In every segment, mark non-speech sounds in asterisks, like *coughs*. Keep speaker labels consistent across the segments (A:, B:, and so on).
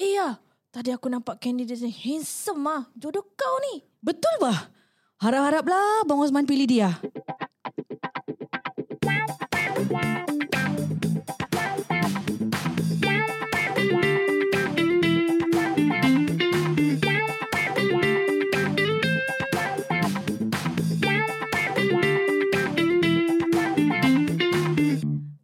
A: Eh ya, tadi aku nampak kandidat yang handsome ah. Jodoh kau ni.
B: Betul bah? Harap-haraplah Bang Osman pilih dia.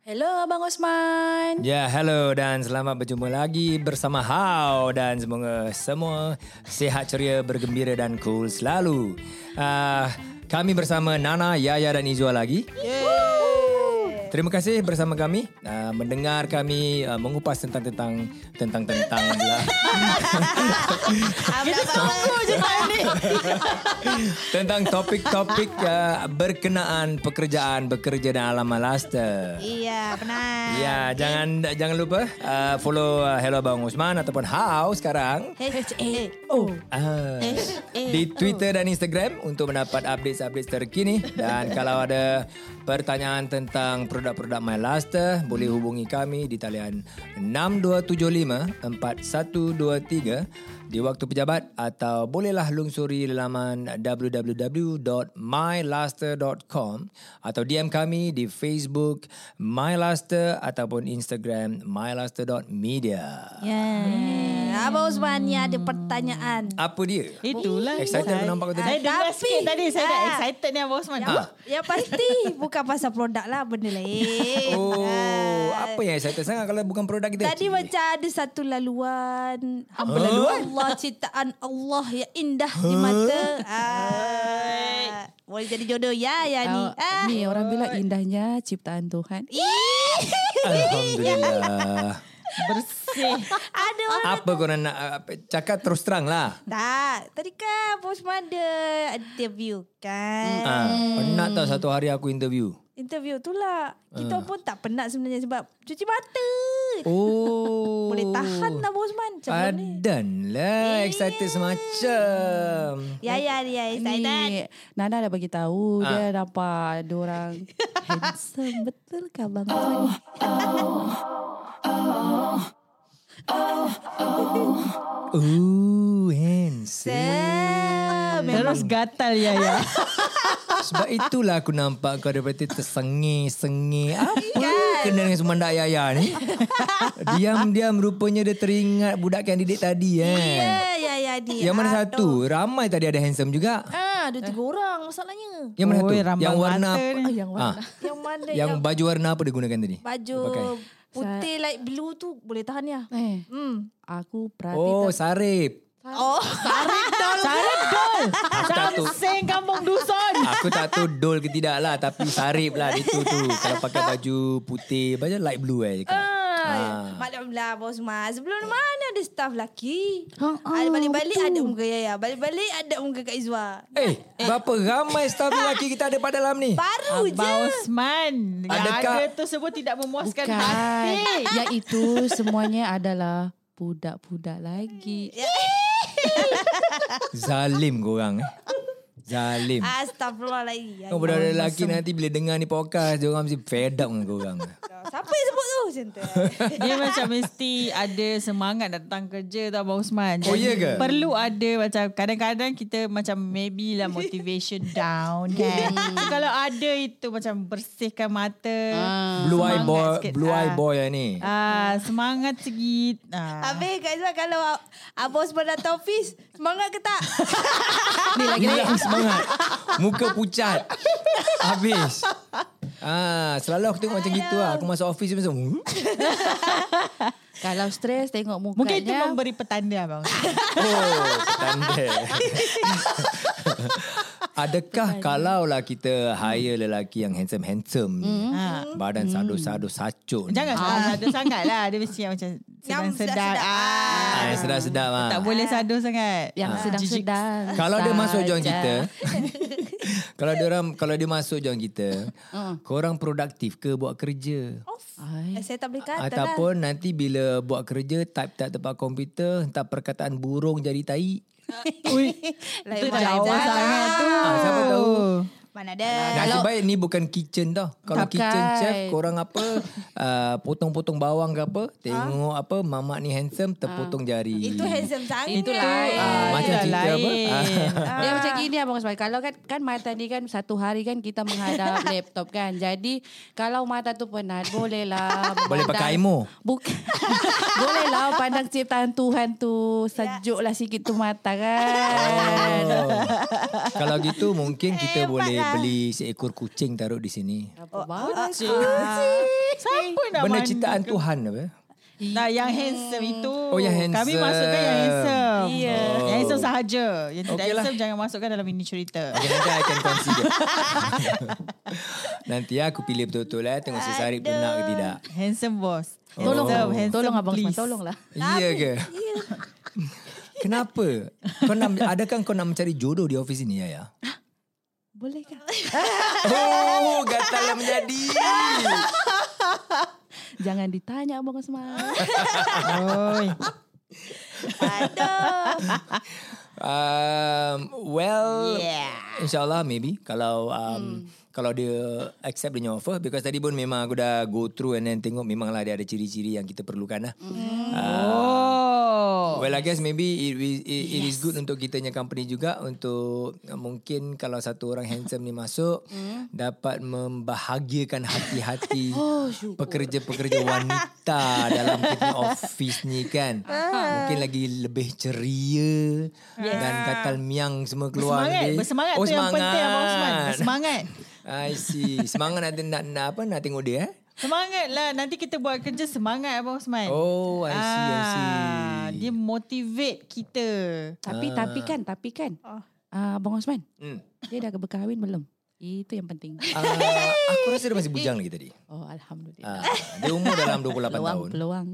A: Hello Abang Osman.
C: Ya, hello dan selamat berjumpa lagi bersama Hao dan semoga semua sihat ceria, bergembira dan cool selalu. Uh, kami bersama Nana, Yaya dan Izwa lagi. Terima kasih bersama kami uh, mendengar kami uh, mengupas tentang tentang tentang tentang pula.
D: Kita tunggu je ni.
C: tentang topik-topik uh, berkenaan pekerjaan, bekerja dan alam master.
D: Iya, benar.
C: Ya, jangan jangan lupa uh, follow uh, Hello Abang Usman ataupun How sekarang
A: H-A-O.
C: Ah.
D: eh,
C: di Twitter dan Instagram untuk mendapat update-update terkini
D: *laughs*
C: dan kalau ada pertanyaan tentang produk-produk MyLaster boleh hubungi kami di talian 6275-4123 di waktu pejabat atau bolehlah lungsuri laman www.mylaster.com atau DM kami di Facebook MyLaster ataupun Instagram mylaster.media.
D: Yeah. Abang Osman ni ada pertanyaan.
C: Apa dia?
D: Ya,
B: Itulah.
C: Excited aku nampak kau tadi.
D: Saya dengar
A: Tapi-
D: sikit tadi Saya dah
A: Ah.
D: excited ni Abang Osman
C: Ah.
A: Ya pasti bukan pasal produk lah benda lain.
C: Oh,
A: Ah.
C: apa yang excited sangat kalau bukan produk kita?
A: Tadi macam ada satu laluan. Apa laluan? Allah ciptaan Allah yang indah di mata. Ah. Boleh jadi jodoh ya ya ni.
B: Oh,
A: Ah.
B: Ni orang bilang indahnya ciptaan Tuhan.
A: Ih.
C: Alhamdulillah.
D: Bersih
A: Ada orang
C: apa kau nak uh, apa, cakap terus terang lah.
A: Tak, tadi kan Postman ada interview kan.
C: Ha, penat tau satu hari aku interview.
A: Interview tu lah.
C: Ah.
A: Kita pun tak penat sebenarnya sebab cuci mata.
C: Oh.
A: Boleh tahan lah Postman. Macam mana? Eh.
C: Padan lah excited semacam.
A: Ya, ya, ya. Excited.
B: Ni Nana dah bagi tahu
D: Ah.
B: dia nampak ada
D: *laughs*
B: orang handsome betul ke bang? Oh.
C: Ooh, handsome.
D: Terus gatal ya ya
C: Sebab itulah aku nampak kau daripada tadi tersengi-sengi. Apa kena dengan semandak Yaya ni? Diam-diam rupanya dia teringat budak kandidat tadi eh.
A: Ya, ya, ya. Di.
C: Yang mana satu? Ramai tadi ada handsome juga.
A: Ah, ada tiga orang masalahnya.
C: Yang mana
D: Oi,
C: satu?
D: rambang
C: Yang warna
D: mata
C: apa?
D: ni.
B: yang
C: Ah,
A: Yang *laughs* mana
C: yang
A: yang,
C: baju warna apa dia gunakan tadi?
A: baju
C: Dia pakai.
A: putih light blue tu boleh tahan ya?
B: *laughs* Eh,
A: Hmm.
B: aku
C: Oh,
B: perhati
C: sarip.
A: Oh,
D: Sarip dol
C: Aku tak tahu.
D: Samseng ya. kampung dusun
C: Aku tak tahu dol ke tidak lah Tapi sarip lah itu tu Kalau pakai baju putih Baju light blue eh cakap.
A: Ah. *laughs* Maklumlah bos mas. Sebelum mana ada staff lelaki? Ha, ada balik-balik ada muka Yaya. Balik-balik ada muka Kak Izwa.
C: Eh berapa ramai staff lelaki kita ada pada dalam ni
A: Baru je.
D: Abang Osman Yang
C: Adakah-
D: ada tu semua tidak memuaskan
B: Bukan.
D: hati
B: Yang itu semuanya adalah budak-budak
D: Eh,
B: lagi.
C: Zalim korang eh Zalim
D: Ah,
A: Astagfirullah lagi.
C: Kau budak lelaki nanti bila dengar ni podcast Dia orang mesti fed up dengan korang
D: Ah,
A: Siapa yang sebut tu macam tu?
D: Dia macam mesti ada semangat datang kerja tau Abang Osman.
C: Oh, iya ke?
D: Perlu ada macam kadang-kadang kita macam maybe lah
C: *laughs*
D: motivation down kan. So, kalau ada itu macam bersihkan mata.
C: Blue eye
D: semangat
C: boy
D: sikit.
C: Blue eye
D: Ah.
C: boy lah ni
D: Ah, semangat sikit. Ah.
A: Habis Kak Izwa kalau Abang Osman datang office, semangat ke tak?
B: Ni lagi
C: Hilang
D: *laughs*
C: semangat Muka pucat Habis Ah, selalu aku tengok macam gitu lah. Aku masuk office macam
D: *laughs*
C: "Hmm?"
B: kalau stres tengok mukanya.
D: Mungkin itu memberi petanda Abang Osman.
C: Oh,
D: *laughs*
C: tanda. Adakah kalaulah kita hire lelaki yang handsome-handsome ni,
D: Ah.
C: badan sadu-sadu sacuk ni.
D: Jangan ah. sadu sangat lah. Dia mesti yang macam sedang-sedang.
A: sedap-sedap.
D: Ah.
C: Ah, sedap-sedap ah.
D: Tak boleh sadu sangat.
B: yang
D: Ah.
B: sedang-sedang.
C: Kalau dia masuk join
B: saja.
A: *laughs*
C: kita, kalau dia orang kalau dia masuk join kita,
A: Hmm.
C: korang produktif ke buat kerja?
A: Off.
B: Ai.
A: Eh, saya tak boleh kata lah.
C: Ataupun nanti bila buat kerja type tak tempat komputer, hantar perkataan burung jadi tai.
D: Ui,
A: *laughs* Lain
D: itu
A: macam
D: jauh
A: jalan.
D: Oh, sangat tu.
C: Ah, siapa tahu
D: Mana ada.
A: Eh,
C: Nasib baik ni bukan kitchen tau. Kalau
B: Bukan.
C: kitchen chef korang apa *laughs* uh, potong-potong bawang ke apa, tengok apa mamak ni handsome terpotong jari.
A: Ah. Itu lah. handsome sangat.
B: Itu lain.
C: Ah, macam
D: Itulah
C: cerita apa? Ah.
D: lain.
B: Dia macam gini abang Osman. Kalau kan kan mata ni kan satu hari kan kita menghadap laptop kan. Jadi kalau mata tu penat
C: Ah,
B: bolehlah.
C: *laughs* Boleh
B: pandang-
C: pakai ilmu.
B: *laughs* Bukan. bolehlah pandang ciptaan Tuhan tu sejuklah sikit tu mata kan.
C: Oh. Kalau gitu mungkin kita boleh beli seekor kucing taruh di sini.
D: Oh,
B: Apa bau?
D: Ah. Siapa nak
C: Benda
D: mandi?
C: ciptaan Tuhan apa?
D: Nah, yang handsome itu.
C: Oh, yang
D: Kami
C: handsome.
D: masukkan yang handsome.
B: Ya.
D: Yang handsome sahaja. Yang tidak
C: Okey lah.
D: handsome jangan masukkan dalam ini cerita.
C: Okay, nanti I can consider. nanti aku pilih betul-betul eh. Tengok si Sarip tu nak ke tidak.
D: Handsome boss.
C: Oh.
B: Tolong,
D: Handsome, oh. handsome,
B: tolong abang Osman,
D: please.
B: tolonglah.
C: Iya ke? *laughs* Kenapa? Kau nak, adakah kau nak mencari jodoh di office ini, Yaya?
B: Bolehkah?
C: *laughs* Oh, gatal yang menjadi.
B: Jangan ditanya abang Osman.
D: Oi.
A: Aduh.
C: Um, well,
D: Yeah.
C: InsyaAllah maybe Kalau um, Kalau dia Accept dia punya offer Because tadi pun memang Aku dah go through And then tengok Memanglah dia ada ciri-ciri Yang kita perlukan lah Ah,
D: Oh.
C: Well I guess maybe It, is- it, it is good Untuk kita punya company juga Untuk uh, Mungkin Kalau satu orang handsome ni masuk
D: *laughs* Hmm.
C: Dapat membahagiakan
D: *laughs*
C: Hati-hati
D: Oh,
C: Pekerja-pekerja wanita Dalam kita punya office ni kan
D: Ah.
C: Mungkin lagi Lebih ceria Dan katal miang Semua keluar
D: Bersemangat,
C: lebih. Oh,
D: bersemangat tu yang penting Abang Osman. Bersemangat.
C: I see. Semangat nak, nak, nak apa nak tengok
D: *laughs*
C: dia eh.
D: Semangat lah. Nanti kita buat kerja semangat Abang Osman.
C: Oh, I see, I see.
D: Ah. Dia motivate kita.
B: Tapi tapi kan, tapi kan.
D: Oh.
B: Ah, Abang Osman,
C: Hmm.
B: dia dah berkahwin belum? Itu yang penting.
C: Uh, aku rasa dia masih bujang lagi tadi.
B: Oh, alhamdulillah.
C: Uh, dia umur dalam 28 tahun.
B: Peluang, peluang.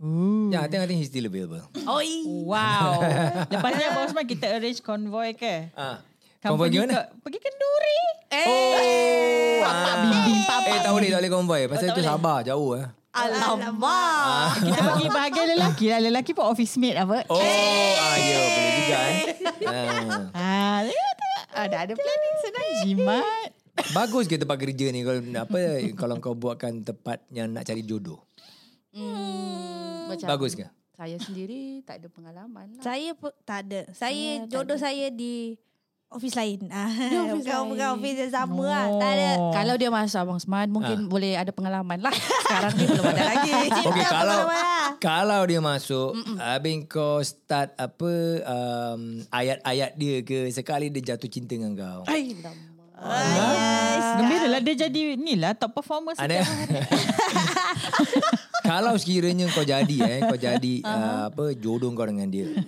C: Uh. Yeah, I think, I think he's still available.
A: Oh, i-
C: *laughs*
D: Wow. Lepas ni Abang Osman kita arrange convoy ke?
C: Ah.
D: Kamu
C: Konvoi
D: pergi
C: gimana? Eh,
D: ke- Pergi ke Duri.
C: Oh,
D: Pak
C: ah.
D: Bimbing, Pak
C: Eh, tak boleh, tak boleh konvoi. Pasal itu Sabah, jauh eh.
A: alamak.
D: Kita pergi bahagian lelaki lah. Lelaki pun office mate apa.
C: Oh, ah, ya, boleh juga eh. Ah.
D: Ah, tengok, tengok. Ah, dah ada planning senang jimat.
C: Bagus ke tempat kerja ni kalau apa kalau kau buatkan tempat yang nak cari jodoh.
B: Macam
C: Bagus ke?
B: Saya sendiri tak ada pengalaman lah.
A: Saya pun tak ada. Saya jodoh saya di office lain. Ah, *laughs* bukan, bukan office yang sama lah. Tak ada.
B: Oh. Kalau dia masuk Abang
C: Ah.
B: Osman mungkin boleh ada pengalaman lah. *laughs* Sekarang ni belum ada
C: *laughs*
B: lagi.
C: Okay,
A: Cinta lah.
C: kalau
A: pertama.
C: kalau dia masuk, habis kau start apa um, ayat-ayat dia ke sekali dia jatuh cinta dengan kau.
B: Ay, lama.
C: Ah.
A: Ah,
D: Ah. Gembira lah dia jadi ni lah top performer
C: Ada. *laughs* kalau sekiranya kau jadi eh, kau
A: *laughs*
C: jadi uh, apa jodoh kau dengan dia.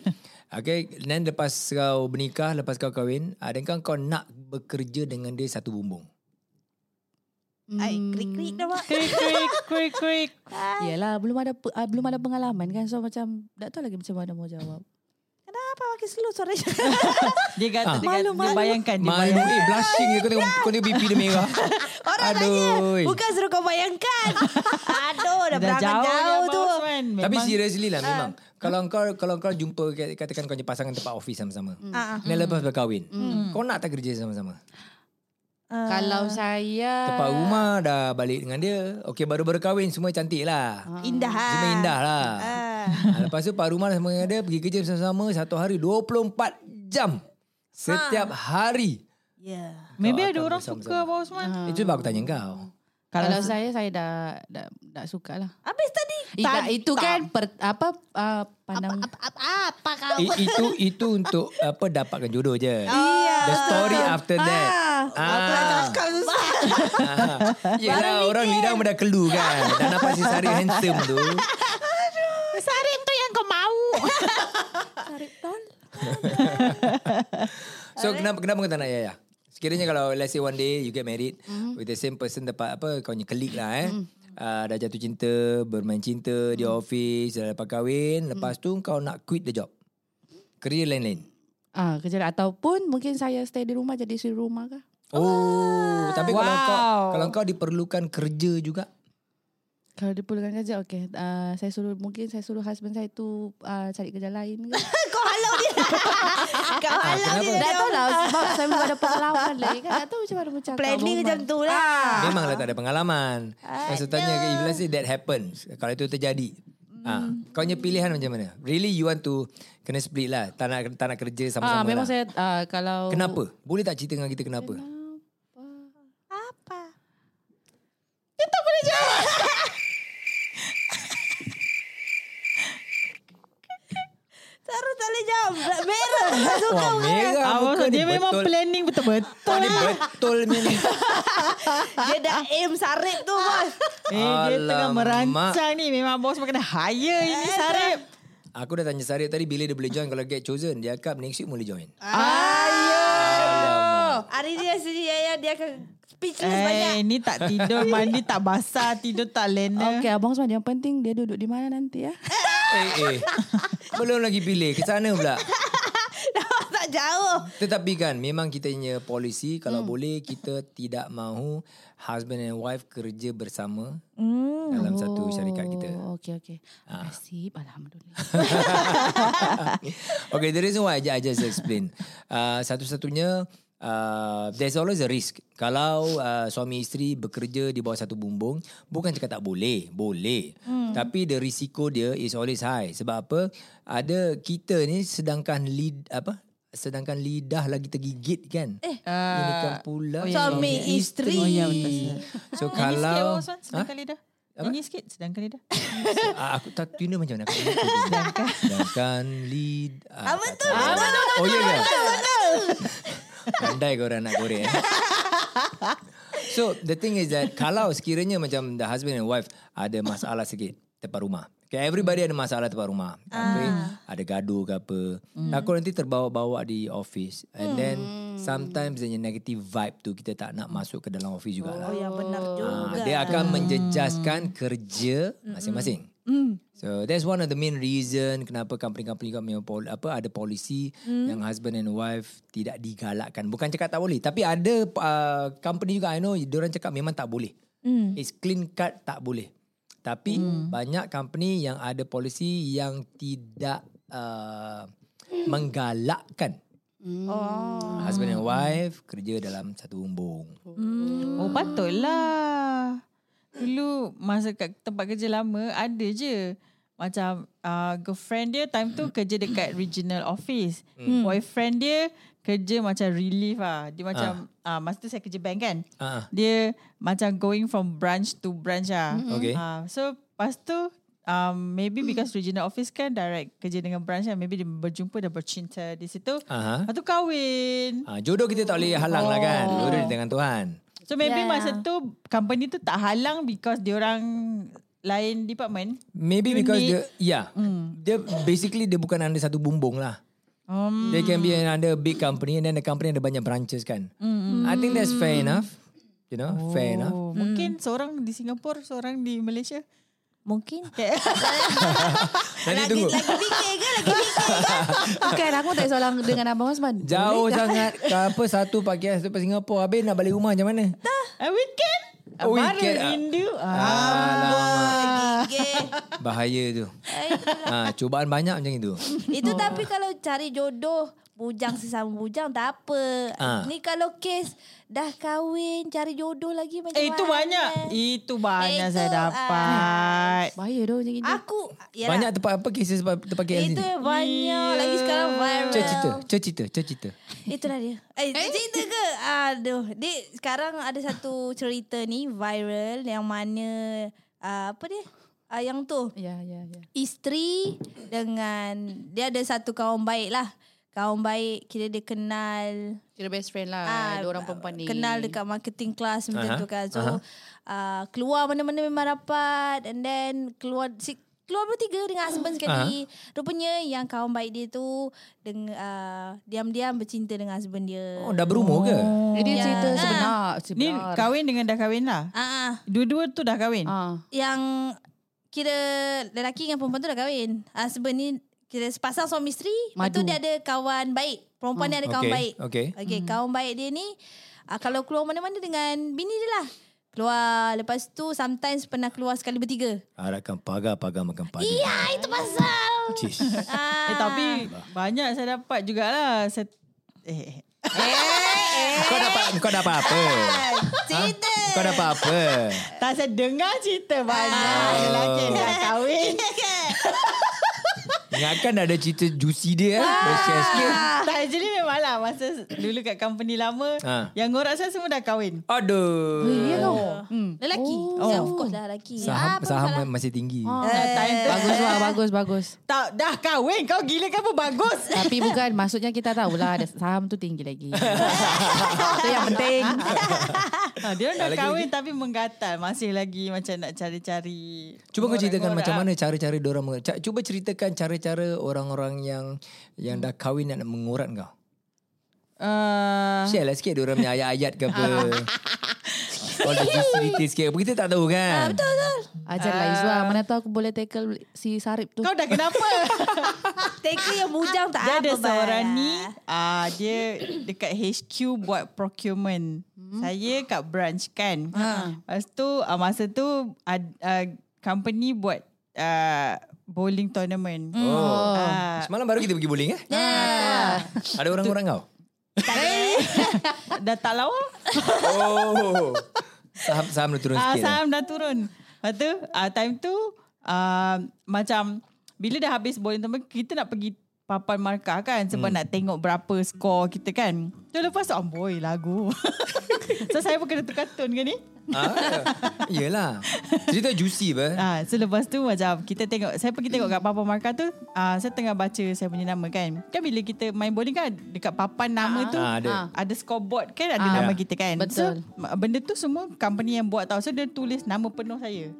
C: Okay, then lepas kau bernikah, lepas kau kahwin, adakah kau nak bekerja dengan dia satu bumbung? Hmm.
A: Ay, krik-krik dah mak.
D: Krik, krik, krik, krik.
B: Hmm. Yelah, belum ada pe- ah, belum ada pengalaman kan. So macam, tak tahu lagi macam mana mau jawab.
A: Kenapa makin slow sore?
D: Dia kata, dia, kata dia bayangkan. Dia
C: Ah. Malu,
D: bayangkan.
C: eh blushing je. Kau tengok, kau tengok pipi dia
A: *laughs*
C: merah.
A: *laughs* Orang tanya.
C: Aduh.
A: Bukan suruh kau
C: *laughs*
A: bayangkan. Aduh, dah,
D: Dah
A: berangan
D: jauh, lah,
A: jauh, tu.
C: Tapi seriously
A: Ah.
C: lah memang. Kalau kau kalau kau jumpa kat- katakan kau punya pasangan tempat office sama-sama.
A: Ah, ah.
C: Dan lepas berkahwin.
A: Mm.
C: Kau nak tak kerja sama-sama?
B: Ah.
A: Ah.
B: Kalau saya...
C: Tempat rumah dah balik dengan dia. Okey baru berkahwin semua cantik lah.
A: Indah. ah.
C: Semua indah lah.
A: Ah.
C: Ah, Lepas tu Pak Rumah sama dengan dia pergi kerja bersama-sama satu hari 24 jam. Setiap hari.
A: Yeah.
D: Maybe
C: Kau
D: ada
C: akan
D: orang
C: bersama-sama.
D: suka Abang Osman.
C: Itu baru aku tanya kau.
D: Kalau,
B: Kalau saya saya dah dah, dah suka lah.
A: Habis tadi.
B: Eh, tak, itu kan per, apa uh, pandang
A: Apa, apa, apa kau? Ah.
C: I, itu itu untuk apa dapatkan jodoh je. The story after that. Ah.
A: Kau susah.
C: Ah. Yelah orang lidah dah kelu kan. Dah nampak si Sari handsome tu.
D: Sarip tu yang kau *laughs* mau.
C: So kenapa kenapa kau tak nak Yaya? Sekiranya kalau let's say one day you get married
B: Mhm.
C: with the same person dapat apa kau punya colleague lah eh. Ah, dah jatuh cinta, bermain cinta
B: Mhm.
C: di office, dah dapat kahwin, lepas tu kau nak quit the job. Kerja lain-lain.
B: ah kerja ataupun mungkin saya stay di rumah jadi suri rumah kah?
C: Oh, tapi kalau kau
D: Wow.
C: kalau kau diperlukan kerja juga.
B: Kalau Ah, diperlukan kerja okey. Uh, saya suruh mungkin saya suruh husband saya tu uh, cari kerja lain ke.
A: Kau halang. halau dia.
C: Ah,
A: Kau halau dia.
B: Tak tahu lah sebab saya belum ada pengalaman lagi kan. Tak tahu macam mana macam
A: Planning macam
B: Ah,
A: tu lah.
C: Memanglah tak ada pengalaman. Maksudnya ke Iblis ni that happens. Kalau itu terjadi. Ha,
B: Hmm.
C: kau punya pilihan macam mana? Really you want to kena split lah. Tak nak, tak nak kerja sama-sama
B: Ah, memang
C: lah.
B: saya ah, kalau
C: Kenapa? Boleh tak cerita dengan kita kenapa?
A: Apa? *laughs* Dia tak boleh jawab. Terus tak boleh jawab. Black Mirror. Suka
C: Wah, merah
D: Abang
C: muka
D: dia memang lah.
C: betul.
D: planning betul-betul.
C: *laughs* Wah, ni
D: *laughs*
C: betul punya ni.
A: Dia dah aim sarip tu bos.
D: Eh, dia tengah
C: Alamak.
D: merancang ni. Memang bos makin hire ini Sarip.
C: Aku dah tanya Sarip tadi bila dia boleh join kalau get chosen. Dia cakap next week boleh join.
A: Hari ni sini Yaya dia akan speechless banyak. *laughs*
D: Eh, ni tak tidur, mandi tak basah, tidur tak lena.
B: Okey, abang Osman yang penting dia duduk di mana nanti ya.
C: Eh, eh. Belum lagi pilih. Ke sana pula.
A: Dah tak jauh.
C: Tetapi kan memang kita punya polisi kalau boleh kita tidak mahu husband and wife kerja bersama dalam satu syarikat kita.
B: Oh, okey okey.
A: Ah.
B: Nasib alhamdulillah.
C: *laughs* Okay, the reason why I ju- I just explain. Uh, satu-satunya uh, there's always a risk. Kalau uh, suami isteri bekerja di bawah satu bumbung, bukan cakap tak boleh, boleh. Hmm. Tapi the risiko dia is always high. Sebab apa? Ada kita ni sedangkan lead apa? Sedangkan lidah lagi tergigit kan? Eh. Ini kan pula
A: Suami isteri.
C: Oh, ya, betul. So kalau
D: Nyanyi sikit, Abang Osman, sedangkan lidah. Nyanyi sikit, sedangkan lidah.
C: Ah, aku tak tuna macam mana aku lupa dia. Sedangkan lead ah, Apa tu? Apa tu? Oh ya ke? *laughs* Pandai korang nak korek eh? *laughs* So the thing is that Kalau sekiranya macam The husband and wife Ada masalah sikit Tempat rumah Okay, everybody ada masalah tempat rumah.
A: Ah.
C: Okay, ada gaduh ke apa.
A: Hmm.
C: Takut nanti terbawa-bawa di office. And then sometimes the negative vibe tu kita tak nak masuk ke dalam office jugalah.
A: Oh ya benar
C: Ah,
A: juga.
C: dia akan menjejaskan kerja masing-masing. So that's one of the main reason kenapa company-company kami pol- apa ada polisi yang husband and wife tidak digalakkan. Bukan cakap tak boleh, tapi ada uh, company juga I know diorang cakap memang tak boleh. It's clean cut tak boleh. Tapi banyak company yang ada polisi yang tidak uh, menggalakkan oh. husband and wife kerja dalam satu bumbung.
D: Oh, patutlah. Dulu masa kat tempat kerja lama, ada je. Macam uh, girlfriend dia time tu kerja dekat regional office. Boyfriend dia kerja macam relief lah. Dia macam, uh, masa tu saya kerja bank kan.
C: Ah.
D: Dia macam going from branch to branch lah.
C: Okay.
D: Ah, so lepas tu um, maybe because regional office kan direct kerja dengan branch kan maybe dia berjumpa dah bercinta di situ.
C: Aha.
D: Lepas tu kahwin.
C: Ah, jodoh kita tak boleh halang lah kan.
A: Oh.
C: Jodoh di tangan Tuhan.
D: So maybe
A: Yeah.
D: yeah. masa tu company tu tak halang because diorang lain department.
C: Maybe
D: You
C: because
D: need-
C: the yeah,
A: Hmm.
C: dia basically dia bukan under satu bumbung lah.
A: Hmm.
D: Um,
C: They can be under big company and then the company ada banyak branches kan.
A: Hmm.
C: I think that's fair enough. You know, fair enough.
D: oh, mungkin
A: Hmm.
D: seorang di Singapura, seorang di Malaysia.
A: Mungkin
D: Okay.
C: Nanti
A: lagi
C: tunggu.
A: lagi fikir ke lagi fikir.
B: Bukan aku tak soalan dengan abang Osman.
C: Jauh sangat. Apa satu pakai satu pergi Singapura habis nak balik rumah macam mana?
D: A weekend. A
C: Oh,
D: Baru
C: weekend, ah.
D: rindu. Ah.
C: Alamak,
A: Fikir.
C: bahaya tu.
A: Eh,
C: Ha, cubaan banyak macam itu.
A: Itu
C: Oh.
A: tapi kalau cari jodoh bujang sesama bujang tak apa.
C: Ah.
A: Ni kalau kes dah kahwin cari jodoh lagi macam
D: Eh, itu
A: mana?
D: banyak. Itu banyak
A: Itu,
D: saya
A: ah.
D: dapat.
B: Bahaya doh macam ini.
A: Aku yalah,
C: Banyak tempat apa kisah sebab tempat KL
A: itu
C: sini.
A: yang banyak lagi sekarang viral.
C: Cerita, cerita, cerita.
A: Itulah dia. Eh, eh? cerita ke? Aduh. Dia sekarang ada satu cerita ni viral yang mana uh, apa dia? Uh, yang tu.
B: Ya ya ya.
A: Isteri dengan dia ada satu kawan baik lah. Kawan baik kira dia kenal
B: Kira best friend lah. Dua orang perempuan ni.
A: Ah, Kenal dekat marketing class macam
C: Aha,
A: tu kan. So
C: aha.
A: uh, keluar mana-mana memang rapat and then keluar si, keluar bertiga dengan husband sekali. Rupanya yang kawan baik dia tu dengan uh, diam-diam bercinta dengan husband dia.
C: Oh, dah berumur ke?
B: Jadi
A: Ya.
B: cerita
A: Ah.
B: sebenar.
D: Ni
B: sebenar.
D: kahwin dengan dah kahwin lah.
A: Ah, ah.
D: Dua-dua tu dah kahwin.
B: Ah.
A: yang kira lelaki dengan perempuan tu dah kahwin. Husband ni kira sepasang suami isteri, lepas tu
B: Madu.
A: dia ada kawan baik. Perempuan
C: Ah,
A: dia ada kawan
C: Okay,
A: baik. ah,
C: okay.
A: Okay, kawan baik dia ni uh, kalau keluar mana-mana dengan bini dia lah. Keluar Lepas tu Sometimes pernah keluar sekali bertiga
C: Harapkan pagar-pagar makan padi.
A: Ya
D: Ah,
A: itu pasal
C: Cis.
A: *laughs* ah.
D: Eh tapi banyak saya dapat jugalah. Saya, eh.
C: Kau dapat kau dapat apa?
A: Cerita
C: Kau dapat apa?
D: Tak saya dengar cerita banyak
A: Ah.
D: lelaki yang dah kahwin.
C: Ingatkan ada cerita juicy dia
D: Ah.
C: eh. Share sikit.
D: tak actually memang lah masa dulu kat company lama
C: Ha.
D: yang ngorak saya semua dah kahwin.
C: Aduh.
B: Ya kau. Hmm.
A: Lelaki oh. yeah, Of course lah lelaki
C: Saham
A: Apa
C: saham
A: masalah?
C: masih tinggi.
D: Eh. Time tu
B: Bagus lah, bagus, bagus.
D: tak dah kahwin kau gila ke apa bagus.
B: *laughs* Tapi bukan maksudnya kita tahulah ada saham tu tinggi lagi. *laughs* Itu yang penting.
D: ha, dia orang dah
C: lagi,
D: kahwin tapi menggatal masih lagi macam nak cari-cari.
C: Cuba kau ceritakan
D: Ngorak-ngorak.
C: macam mana cara-cara diorang meng- Ca- Cuba ceritakan cara-cara orang-orang yang yang dah kahwin dan nak mengurat kau.
D: Ah,
C: Share lah sikit diorang punya ayat-ayat ke
D: *laughs*
C: apa. All the juicy detail sikit. Apa Kita tak tahu
D: Ah,
C: kan. betul, betul.
B: Ajarlah lah, Izwa. Mana tahu aku boleh tackle si Sarip tu.
D: kau dah kenapa?
A: Teka yang bujang tak
D: dia
A: apa
D: ada
A: Bai.
D: seorang ni ah dia dekat HQ buat procurement. Saya kat branch kan. Lepas tu ah, masa tu ad, ah, company buat ah, bowling tournament.
C: Oh.
D: Ah,
C: Semalam baru kita pergi bowling eh.
A: Ya
C: Ada orang orang
D: *laughs*
C: kau?
A: Tak ada
D: dah tak lawa.
C: Oh. Saham saham dah turun
D: Ah
C: sikit. eh.
D: saham dah turun. Lepas tu ah, time tu ah, macam bila dah habis bowling tournament kita nak pergi papan markah kan sebab
C: Hmm.
D: nak tengok berapa skor kita kan. Tu lepas tu amboi lagu.
C: *laughs*
D: so saya pun kena tukar tone ke ni.
C: Ah, yelah. Cerita juicy apa?
D: Ah, so lepas tu macam kita tengok saya pergi tengok kat papan markah tu ah, saya tengah baca saya punya nama kan. Kan bila kita main bowling kan dekat papan nama tu
C: Ah, ada.
D: ada scoreboard kan ada
B: Ah.
D: nama
C: Ya.
D: kita kan.
B: Betul.
D: So ma- benda tu semua company yang buat tau. So dia tulis nama penuh saya.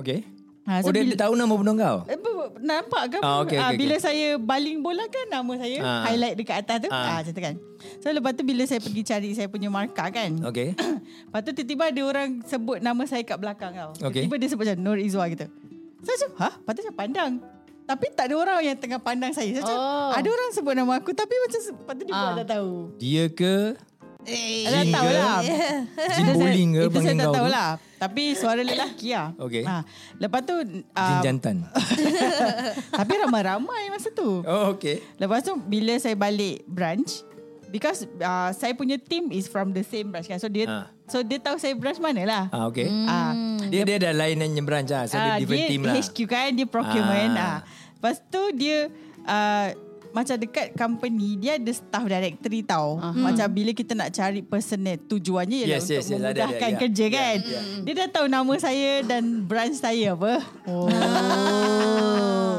C: Okay.
D: Ah,
C: Oh, dia, dia tahu nama penuh kau?
D: Eh, bu- bu- Nampak ke?
C: Ah, okey,
D: Ah,
C: okey,
D: bila saya baling bola kan nama saya
C: Ah.
D: highlight dekat atas tu.
C: Ah.
D: Ah. macam tu kan. So lepas tu bila saya pergi cari saya punya markah kan.
C: Okay.
D: *coughs* Lepas tu tiba-tiba ada orang sebut nama saya kat belakang tau.
C: Okey.
D: Tiba-tiba dia sebut macam Nur Izwa gitu. Saya macam, ha? Lepas tu saya pandang. Tapi tak ada orang yang tengah pandang saya. Saya macam,
B: Oh.
D: ada orang sebut nama aku tapi macam se- lepas tu dia buat
B: Ah.
D: tak tahu.
C: Dia ke
D: Eh, tak tahu lah.
C: Jin bowling ke
D: Itu saya
C: panggil
D: tak
C: kau
D: tahu
C: tu?
D: lah. Tapi suara lelaki lah.
C: Okey.
D: Ah, lepas tu...
C: Jin *laughs*
D: ah,
C: jantan.
D: tapi ramai-ramai masa tu.
C: Oh, okay.
D: Lepas tu bila saya balik branch because uh, saya punya team is from the same branch kan. So dia
C: Ah.
D: so dia tahu saya branch mana lah.
C: Ah, okay.
D: Ah.
C: Dia dia dah lain yang branch lah. So, dia
D: Ah,
C: different
D: dia
C: team lah.
D: HQ kan dia procurement
C: Ah.
D: ah. Lepas tu dia uh, macam dekat company dia ada staff directory tau. Macam bila kita nak cari personnel tujuannya ialah
C: Yes,
D: untuk
C: yes, yes. Ada, ada,
D: memudahkan
C: ya.
D: kerja
C: Ya,
D: kan.
C: ya.
D: Dia dah tahu nama saya dan branch saya apa.
A: Ah.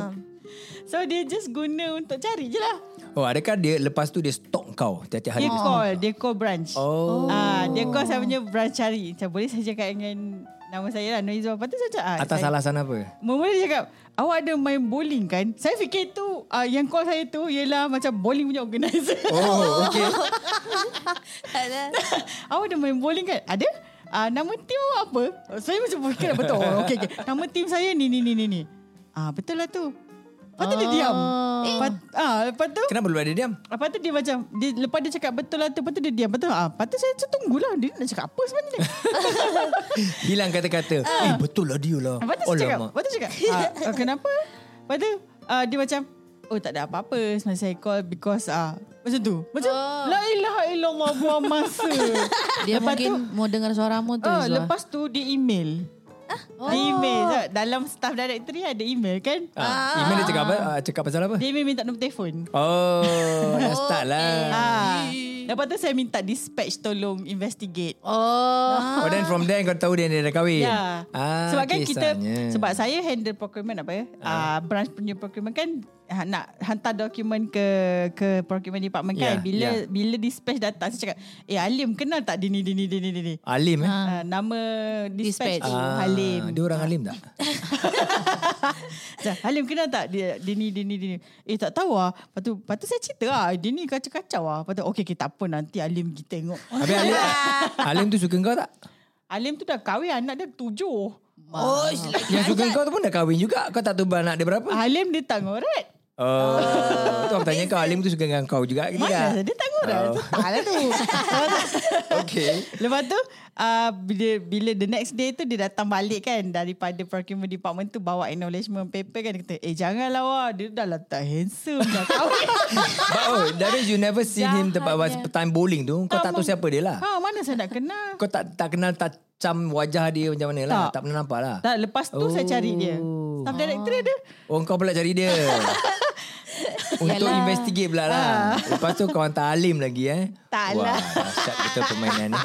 D: So dia just guna untuk cari je lah.
C: Oh, adakah dia lepas tu dia stalk kau? Tiap-tiap hari
D: Dia
C: dia
D: call, dia call branch.
C: Oh.
D: Ah, dia call saya punya branch cari. Macam boleh saya cakap dengan nama saya lah Nur Izwa. Lepas tu saya cakap ah,
C: Atas
D: saya,
C: alasan apa?
D: Mula-mula dia cakap Awak ada main bowling kan Saya fikir tu ah, Yang call saya tu Ialah macam bowling punya organizer *laughs*
C: Oh, okay.
A: Tak ada
D: Awak ada main bowling kan Ada ah, Nama tim awak apa Saya macam fikir dah betul oh, okay, okay. Nama tim saya ni ni ni ni ni ah, Betul lah tu Lepas tu dia diam Lepas, ah, lepas tu
C: Kenapa lu ada diam?
D: Lepas tu dia macam dia, Lepas dia cakap betul lah tu Lepas tu dia diam Lepas tu, ah, lepas tu saya macam tunggulah Dia nak cakap apa sebenarnya ni
C: Hilang kata-kata. Eh, betul lah dia lah.
D: Lepas Ah. tu saya cakap Lepas tu cakap ah, ah, Kenapa Lepas tu ah, Dia macam Oh tak ada apa-apa Sebenarnya saya call Because ah, Macam tu Macam oh. La ilaha illallah Buang *laughs* masa
B: Dia mungkin mau dengar suaramu tu
D: ah,
B: Izwa.
D: Lepas tu dia email ah? Dia email tak? Dalam staff directory Ada email kan
C: Ah, Iman dia cakap apa? Ah, cakap pasal apa?
D: Dia email minta nombor telefon
C: Oh, dah start lah.
D: ah. Lepas tu saya minta dispatch Tolong investigate
B: Oh.
C: Oh, then from there kau tahu dia, dia dah kahwin.
D: Ya.
C: Ah,
D: sebab kan kita
C: kisahnya.
D: sebab saya handle procurement apa ya? Ah branch punya procurement kan ha- nak hantar dokumen ke ke procurement department kan.
C: Ya,
D: bila
C: ya.
D: bila dispatch datang saya cakap, "Eh Alim kenal tak dia ni dia ni dia ni dia ni?"
C: Alim eh?
D: Ah, nama dispatch,
B: Dispatch.
D: tu
C: Ah,
D: Halim. *laughs*
C: Dia orang alim tak?
D: Macam, Halim kenal tak dia, dia ni dia ni dia ni? Eh tak tahu ah. Lepas tu, lepas tu saya cerita ah, dia ni kacau-kacau ah. Lepas tu okey okay, tak apa nanti Halim pergi *laughs* tengok.
C: Habis Alim, Alim tu suka kau tak?
D: Halim tu dah kahwin anak dia tujuh.
A: Oh
C: Yang suka kau tu pun dah kahwin juga. Kau tak tahu anak dia berapa?
D: Halim dia tak ngorat.
C: Oh. tu aku tanya kau Alim tu suka dengan kau juga ke
D: Mana
C: tidak?
D: dia tak ngorat.
B: dah tetap lah tu.
C: Okay.
D: Oh. *laughs* Lepas tu uh, bila bila the next day tu dia datang balik kan daripada procurement department tu bawa acknowledgement paper kan dia kata eh janganlah wah dia dah lah tak handsome dah *laughs* kahwin.
C: But oh, that is you never seen him tempat yeah. time bowling tu. Kau tak tahu siapa dia lah.
D: ha mana saya nak kenal.
C: Kau tak tak kenal tak cam wajah dia macam mana lah. Tak,
D: Tak.
C: pernah nampak lah.
D: Tak lepas tu oh. saya cari dia.
C: Oh.
D: Staff director dia
C: Oh kau pula cari
D: *laughs*
C: dia. Untuk Yalah. investigate pula lah. Lepas tu kau hantar Alim lagi eh.
D: Ah. Tak
C: Wah,
D: lah.
C: dahsyat betul permainan
D: *laughs*
C: ni.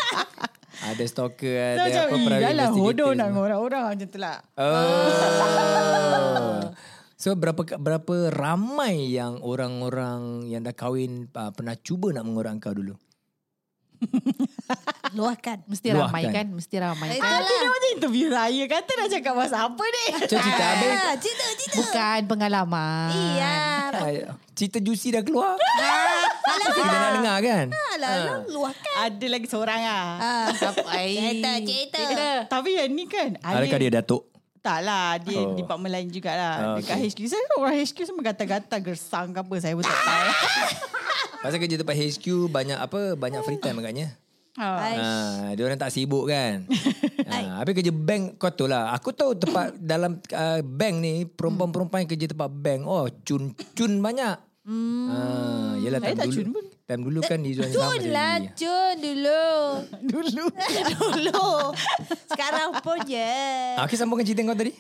C: Ada stalker,
D: Dia
C: ada apa
D: macam "Ih,
C: private
D: dah lah hodoh
C: investigator
D: nak
C: semua."
D: dengan orang-orang macam tu lah. *laughs*
C: Oh. So berapa berapa ramai yang orang-orang yang dah kahwin uh, pernah cuba nak mengorang kau dulu?
A: *laughs* Luahkan.
B: Mesti
C: Luahkan.
B: ramai kan? Mesti ramai
D: Tapi
B: kan?
D: Ah, dia macam interview raya kata nak cakap pasal apa *laughs* ni.
C: Macam cerita habis.
A: Ah, cerita, cerita.
B: Bukan pengalaman.
A: Iya.
C: Ah, Cerita juicy dah keluar.
A: Alah,
C: Kita nak dengar kan?
A: alah, alah, lah, luahkan.
D: Ada lagi seorang ah.
A: Ah. Cerita,
B: Cerita,
A: cerita.
D: Tapi yang ni kan
C: Adakah
D: Alim
C: dia datuk?
D: Tak lah Dia
C: Oh.
D: oh. department lain
C: Ah,
D: jugalah oh, Dekat
C: okay.
D: HQ Saya tahu orang HQ semua gata-gata Gersang ke apa Saya pun tak tahu
C: *laughs* Pasal kerja tempat HQ banyak apa? Banyak free time agaknya.
D: ha.
C: Ha, dia orang tak sibuk
D: *laughs*
C: kan. ha, habis kerja bank kau tahu lah. Aku tahu
D: *coughs*
C: tempat dalam uh, bank ni perempuan-perempuan yang kerja tempat bank. Oh, cun cun banyak. Hmm. Ha, yelah time
D: Saya tak
C: dulu.
D: cun pun.
C: Time dulu kan dia
D: *laughs*
C: jual
A: Cun lah, cun dulu.
D: Dulu
A: dulu. Sekarang pun je.
C: Aku Ah, sambungkan cerita kau tadi.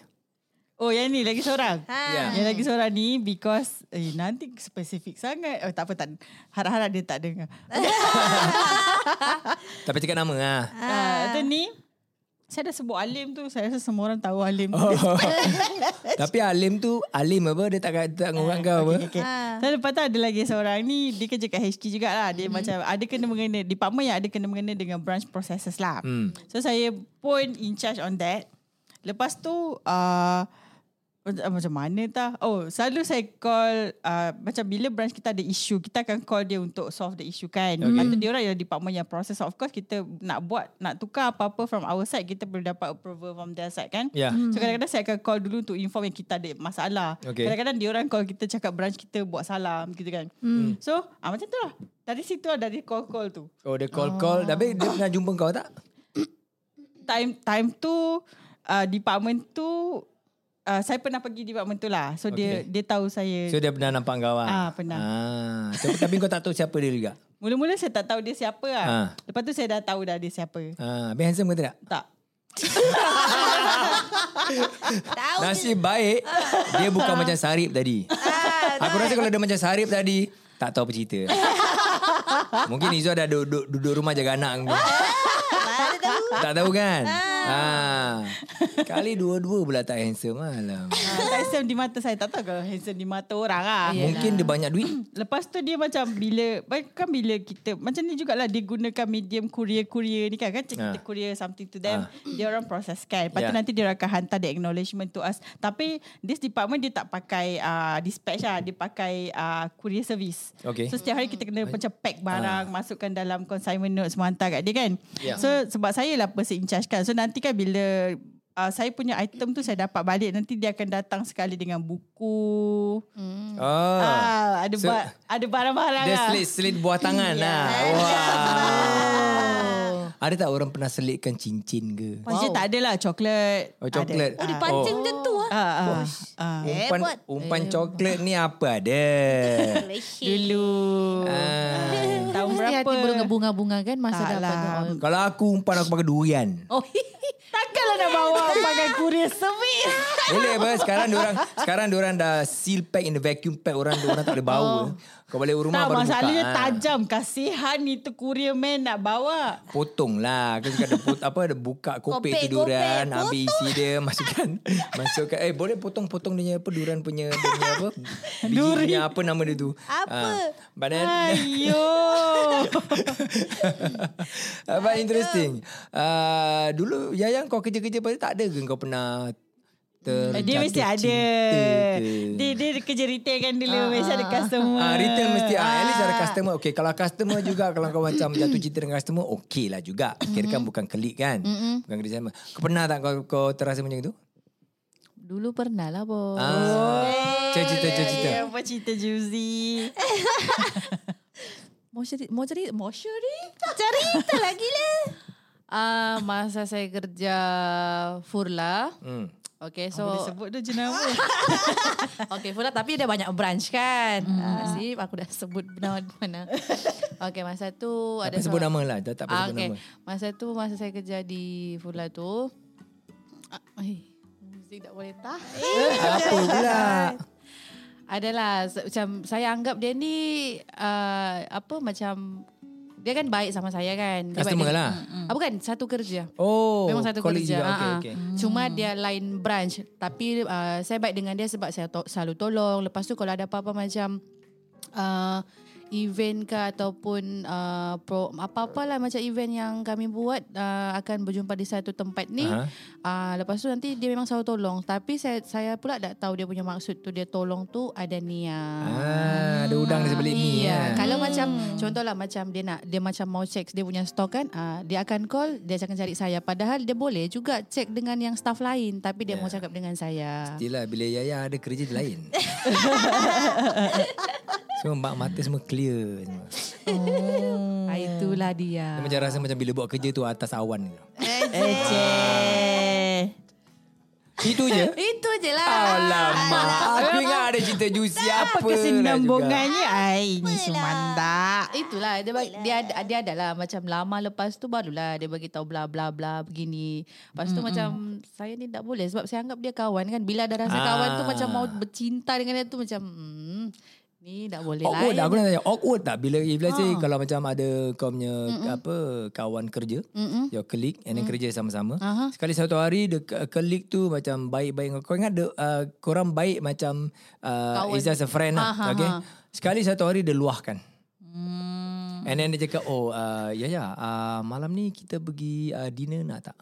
D: Oh yang ni lagi seorang
C: Ya.
A: Ha.
D: Yang lagi seorang ni Because eh, Nanti spesifik sangat Oh tak apa tak Harap-harap dia tak dengar
C: Tapi cakap nama
D: *laughs*
C: lah.
D: Ah, Itu ni Saya dah sebut Alim tu Saya rasa semua orang tahu Alim tu
C: Oh. Tapi Alim tu, Alim apa, dia tak,
D: Ah,
C: tak ngurang kau apa.
D: Okay. Ha. So lepas tu ada lagi seorang ni Dia kerja kat HQ jugalah Dia hmm. macam ada kena-mengena Department yang ada kena-mengena Dengan branch processes lah
C: Hmm.
D: So saya pun in charge on that Lepas tu uh, Macam mana tah Oh selalu saya call uh, Macam bila branch kita ada isu Kita akan call dia untuk solve the issue kan okay. Lepas tu dia orang yang department yang process Of course kita nak buat Nak tukar apa-apa from our side Kita perlu dapat approval from their side kan
C: Ya.
D: So kadang-kadang saya akan call dulu Untuk inform yang kita ada masalah
C: Okay.
D: Kadang-kadang dia orang call kita Cakap branch kita buat salah Gitu kan
C: Hmm.
D: So ah, macam tu lah Dari situ lah Dari call-call tu
C: Oh, dia call-call. Tapi dia pernah jumpa kau tak?
D: time time tu uh, department tu uh, saya pernah pergi department tu lah. So okay. dia
C: Okay.
D: dia tahu saya.
C: So,
D: So,
C: dia pernah nampak kau lah.
D: Ah, pernah.
C: Ah. So, tapi kau tak tahu siapa dia juga.
D: mula-mula saya tak tahu dia siapa lah.
C: Ha.
D: Lepas tu saya dah tahu dah dia siapa.
C: Ah, habis handsome ke tidak?
D: Tak.
A: Tahu je.
C: Nasib baik Dia bukan macam Sarip tadi
A: Kan?
C: Aku rasa kalau dia macam Sarip tadi Tak tahu apa cerita Mungkin Izzah dah duduk, duduk rumah jaga anak ke.
A: Mana tahu.
C: Tak tahu kan ah. Kali dua-dua pula tak handsome Alam
D: Uh, tak handsome di mata saya. Tak tahu kalau handsome di mata orang lah. Yeah.
C: Mungkin dia banyak duit
D: Lepas tu dia macam bila kan bila kita macam ni jugalah dia gunakan medium courier-courier ni kan kan kita
C: Ah. Ya.
D: courier something to them dia orang proseskan lepas
C: Yeah.
D: tu nanti dia orang akan hantar the acknowledgement to us tapi this department dia tak pakai uh, dispatch lah dia pakai uh, courier service
C: Okay. Ah.
D: so setiap hari kita kena macam pack barang masukkan dalam consignment note semua hantar kat dia kan
C: Yeah.
D: so sebab saya lah person in charge kan so nanti kan bila Uh, saya punya item tu saya dapat balik nanti dia akan datang sekali dengan buku
C: oh.
D: Ah, ada
C: So-
D: so, ba- ada barang-barang
C: Dia
D: lah.
C: selit-selit buah tangan lah Wow Ada tak orang pernah selitkan cincin ke?
D: Pancing tak ada lah coklat.
C: Oh coklat
A: Oh, dipancing macam tu ah.
D: Ah, ah, ah.
C: Umpan,
A: Hebat.
C: umpan coklat ni apa ada?
A: Malaysia.
D: Dulu
C: Ah.
D: tahun
B: Mesti
D: berapa?
B: hati berbunga-bunga kan masa
D: Tak
B: dapat
D: lah.
B: orang.
C: Kalau aku umpan aku pakai durian.
B: Oh,
D: Takkanlah nak bawa pakai kurir semi.
C: Boleh apa? Sekarang diorang sekarang diorang dah seal pack in the vacuum pack orang orang tak boleh bawa. Oh. Kau balik rumah
D: Tak,
C: baru buka.
D: masalahnya
C: Ah.
D: tajam. Kasihan itu kurir man nak bawa.
C: Potong lah Kau cakap ada put, apa, ada buka kopek,
A: Kopek,
C: tu durian
A: kopek,
C: Habis isi dia Masukkan
D: *laughs*
C: Masukkan Eh boleh potong-potong dia punya apa Durian punya Dia punya
D: *laughs*
C: apa Biji punya apa nama dia tu
A: Apa?
C: Ah. But then *laughs*
D: Ayo.
C: But interesting uh, Dulu Yayang kau kerja-kerja pada Tak ada ke kau pernah ter-
D: dia mesti
C: jatuh
D: ada.
C: cinta ke?
D: Dia, dia kerja retail kan dulu. Mesti ada customer.
C: Ah, retail mesti ah, at least ada customer. Okay, kalau customer juga kalau kau macam jatuh cinta dengan customer, okay lah juga. Kira kan
B: Mm-hmm.
C: bukan klik kan. Bukan kerja sama. Kau pernah tak kau, kau terasa macam tu?
B: dulu pernah lah
D: Eh,
B: bos. Eh.
C: Ah. Cerita cerita cerita.
D: Apa cerita Juzi?
A: Mau cerita, mau cerita, mau cerita, *laughs* cerita lagi lah.
B: Ah, masa saya kerja Furla.
C: Hmm.
B: Okay,
D: So, Boleh
B: so
D: sebut dia je
C: *laughs*
D: nama.
B: Okay, Furla tapi dia banyak branch kan. Ah, see, aku dah sebut *laughs* benar mana. Okay, masa tu
C: Tak
B: Oh, ada
C: payah sebut
B: seorang-
C: nama lah. Tak, tak payah
B: Ah,
C: sebut
B: okay.
C: nama.
B: Masa tu masa saya kerja di Furla tu. Ah, eh, muzik tak boleh tak.
C: Apa pula?
B: Adalah se- macam saya anggap dia ni uh, apa macam dia kan baik sama saya kan. Dia
C: Customer
B: baik-
C: lah.
B: Ah, bukan satu kerja.
C: Oh,
B: Memang satu
C: colleague
B: kerja.
C: juga. Okay,
B: ah.
C: okay.
B: Cuma dia lain branch. Tapi uh, saya baik dengan dia sebab saya to- selalu tolong. Lepas tu kalau ada apa-apa macam uh, event ke ataupun uh, pro, apa-apalah macam event yang kami buat uh, akan berjumpa di satu tempat ni.
C: Aha.
B: Uh-huh. Uh, lepas tu nanti dia memang selalu tolong. Tapi saya saya pula tak tahu dia punya maksud tu dia tolong tu ada niat.
C: Ah, ada udang di sebalik mi.
B: Iya,
C: Ya.
B: Kan? kalau macam contohlah macam dia nak dia macam mau check dia punya stok kan, ah, dia akan call, dia akan cari saya. Padahal dia boleh juga check dengan yang staff lain, tapi dia mau cakap dengan saya.
C: Yelah, bila Yaya ada kerja dia
B: *laughs*
C: lain. semua mak mata semua clear. Semua.
B: Ah, itulah
C: Dia
B: dia.
C: macam rasa macam bila buat kerja tu atas awan.
D: Ejeh.
C: Itu je.
B: *laughs* Itu je lah.
C: Alamak. Aku ingat ada cerita juicy apa. lah
D: Apa lah kesinambungannya? Ai, ni sumanda.
B: Itulah dia bagi, dia ada- dia adalah macam lama lepas tu barulah dia bagi tahu bla bla bla begini. Lepas tu macam saya ni tak boleh sebab saya anggap dia kawan kan. Bila ada rasa kawan tu
C: Ah.
B: macam mau bercinta dengan dia tu macam hmm, ni tak boleh Ah.
C: Awkward tak?
B: lah.
C: Aku nak tanya Awkward tak Bila if let's say Kalau macam ada Kau punya Apa Kawan kerja Mm-mm. Your colleague And then kerja sama-sama
B: Mm. Aha.
C: Sekali satu hari The co- colleague tu Macam baik-baik dengan kau. Kau ingat the, uh, Korang baik macam uh, It's just a friend lah
B: Aha, Hmm.
C: Okay Sekali satu hari Dia luahkan And then dia cakap Oh uh, Ya ya uh, Malam ni kita pergi uh, Dinner nak tak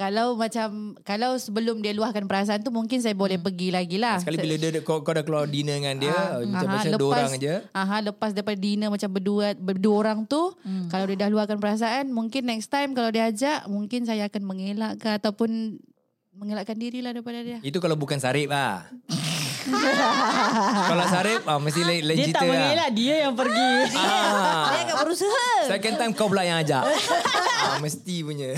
B: Kalau macam kalau sebelum dia luahkan perasaan tu mungkin saya
C: Hmm.
B: boleh pergi lagi lah.
C: Sekali bila dia Kau, kau dah keluar dinner dengan dia uh, Macam
B: Aha,
C: macam
B: lepas-
C: dorang je
B: Aha, lepas daripada dinner macam berdua berdua orang tu, hmm. kalau dia dah luahkan perasaan, mungkin next time kalau dia ajak, mungkin saya akan mengelak ke ataupun mengelakkan dirilah daripada dia.
C: Itu kalau bukan Sarip lah Kalau Sarip ah, Mesti lain lain
D: Dia
C: cerita
D: tak
C: lah.
D: mengelak, dia yang pergi. Eh,
C: Ah.
A: Saya akan berusaha.
C: Second time kau pula yang ajak ah, Mesti punya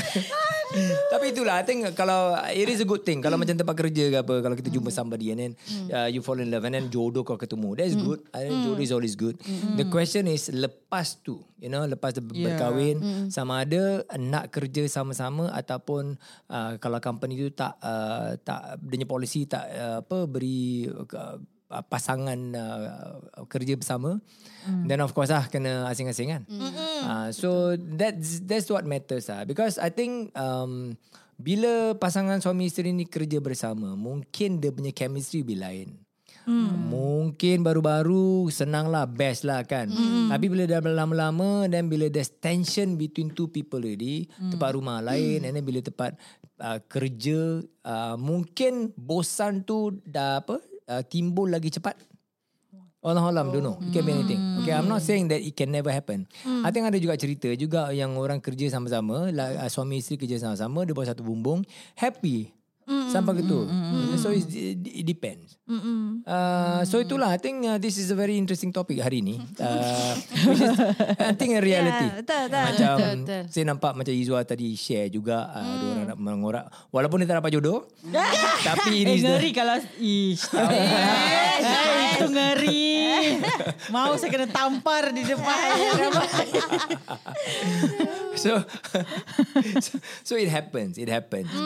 C: Tapi itulah I think kalau It is a good thing Kalau macam tempat kerja ke apa Kalau kita jumpa somebody And then uh, You fall in love And then jodoh kau ketemu That is good I think jodoh is always good The question is Lepas tu You know Lepas tu berkahwin Sama ada Nak kerja sama-sama Ataupun uh, Kalau company tu tak uh, Tak Dia punya policy Tak uh, apa Beri uh, uh, pasangan uh, kerja bersama mm. then of course lah kena asing-asing kan mm. uh, so that's that's what matters lah because I think um, bila pasangan suami isteri ni kerja bersama mungkin dia punya chemistry be lain Hmm. Mungkin baru-baru senang lah, best lah kan. Hmm. Tapi bila dah lama-lama, then bila there's tension between two people already, hmm. tempat rumah lain, and then bila tempat uh, kerja, uh, mungkin bosan tu dah apa, uh, timbul lagi cepat. Allah alam, don't know. It can
B: Oh.
C: be anything.
B: Hmm.
C: Okay, I'm not saying that it can never happen. I think ada juga cerita juga yang orang kerja sama-sama, la- uh, suami isteri kerja sama-sama, dia buat satu bumbung, happy. Sampai gitu. So it's, it, it depends. Uh, so itulah I think uh, this is a very interesting topic hari
B: *laughs*
C: ni. Uh, which is I think a reality.
A: Ya, betul, betul.
C: Macam
B: Betul, betul. Hmm.
C: saya nampak macam Izwa tadi share juga uh, mm. orang nak mengorak walaupun dia tak dapat
B: *laughs*
C: jodoh tapi
D: Eh,
C: ini
D: ngeri kalau... *laughs* Ish. Eh, itu ngeri. *laughs* Mau saya kena tampar di *laughs* depan.
C: *laughs* so, so so it happens it happens *clears throat*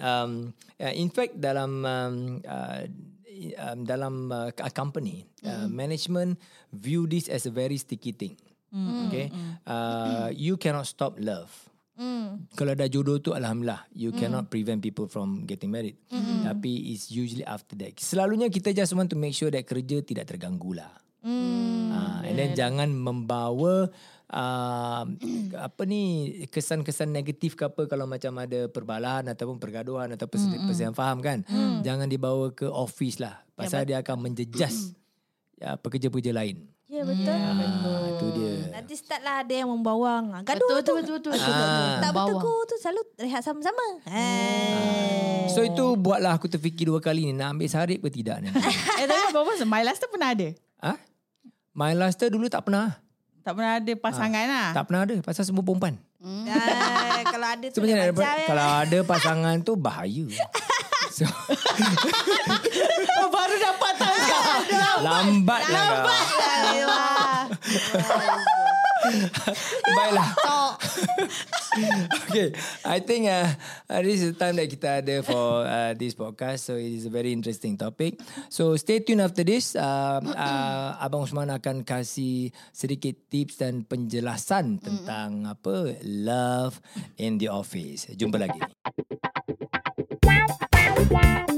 C: um uh, in fact dalam um, uh, i- um, dalam uh, a company uh, management view this as a very sticky thing okay uh, you cannot stop love Kalau dah jodoh tu Alhamdulillah You cannot prevent people From getting married Tapi it's usually after that Selalunya kita just want to make sure That kerja tidak terganggu lah Ah, and then jangan membawa uh, *clears throat* apa ni kesan-kesan negatif ke apa kalau macam ada perbalahan ataupun pergaduhan ataupun mm, perselisihan faham kan. Jangan dibawa ke office lah pasal dia akan menjejas ya, pekerja-pekerja lain.
A: Ya, betul.
C: Ah, itu dia.
A: Nanti start lah ada yang membawang. Gaduh
B: betul,
A: tu.
B: betul, betul, betul,
C: Ah.
A: Tak
B: Bawang.
A: bertegur tu selalu rehat sama-sama.
B: Hmm.
A: Eh.
C: So itu buatlah aku terfikir dua kali ni nak ambil sarip ke *laughs* tidak ni.
D: eh, tapi Bobo, My Last tu pernah ada?
C: ha? My Luster dulu tak pernah.
D: Tak pernah ada pasangan lah.
C: Tak pernah ada pasal semua perempuan.
A: Ah, kalau ada tu
C: So macam lah.
A: dia
C: mana
A: macam
C: ada- kalau ada pasangan tu bahaya. So,
D: Baru dapat tahu kau.
C: *laughs* lambat lah kau. Baiklah. *laughs* okay, I think uh, uh, this is the time that kita ada for uh, this podcast. So it is a very interesting topic. So stay tuned after this. Uh, uh, Abang Usman akan kasih sedikit tips dan penjelasan tentang apa love in the office. Jumpa lagi.
E: Wow, wow, wow.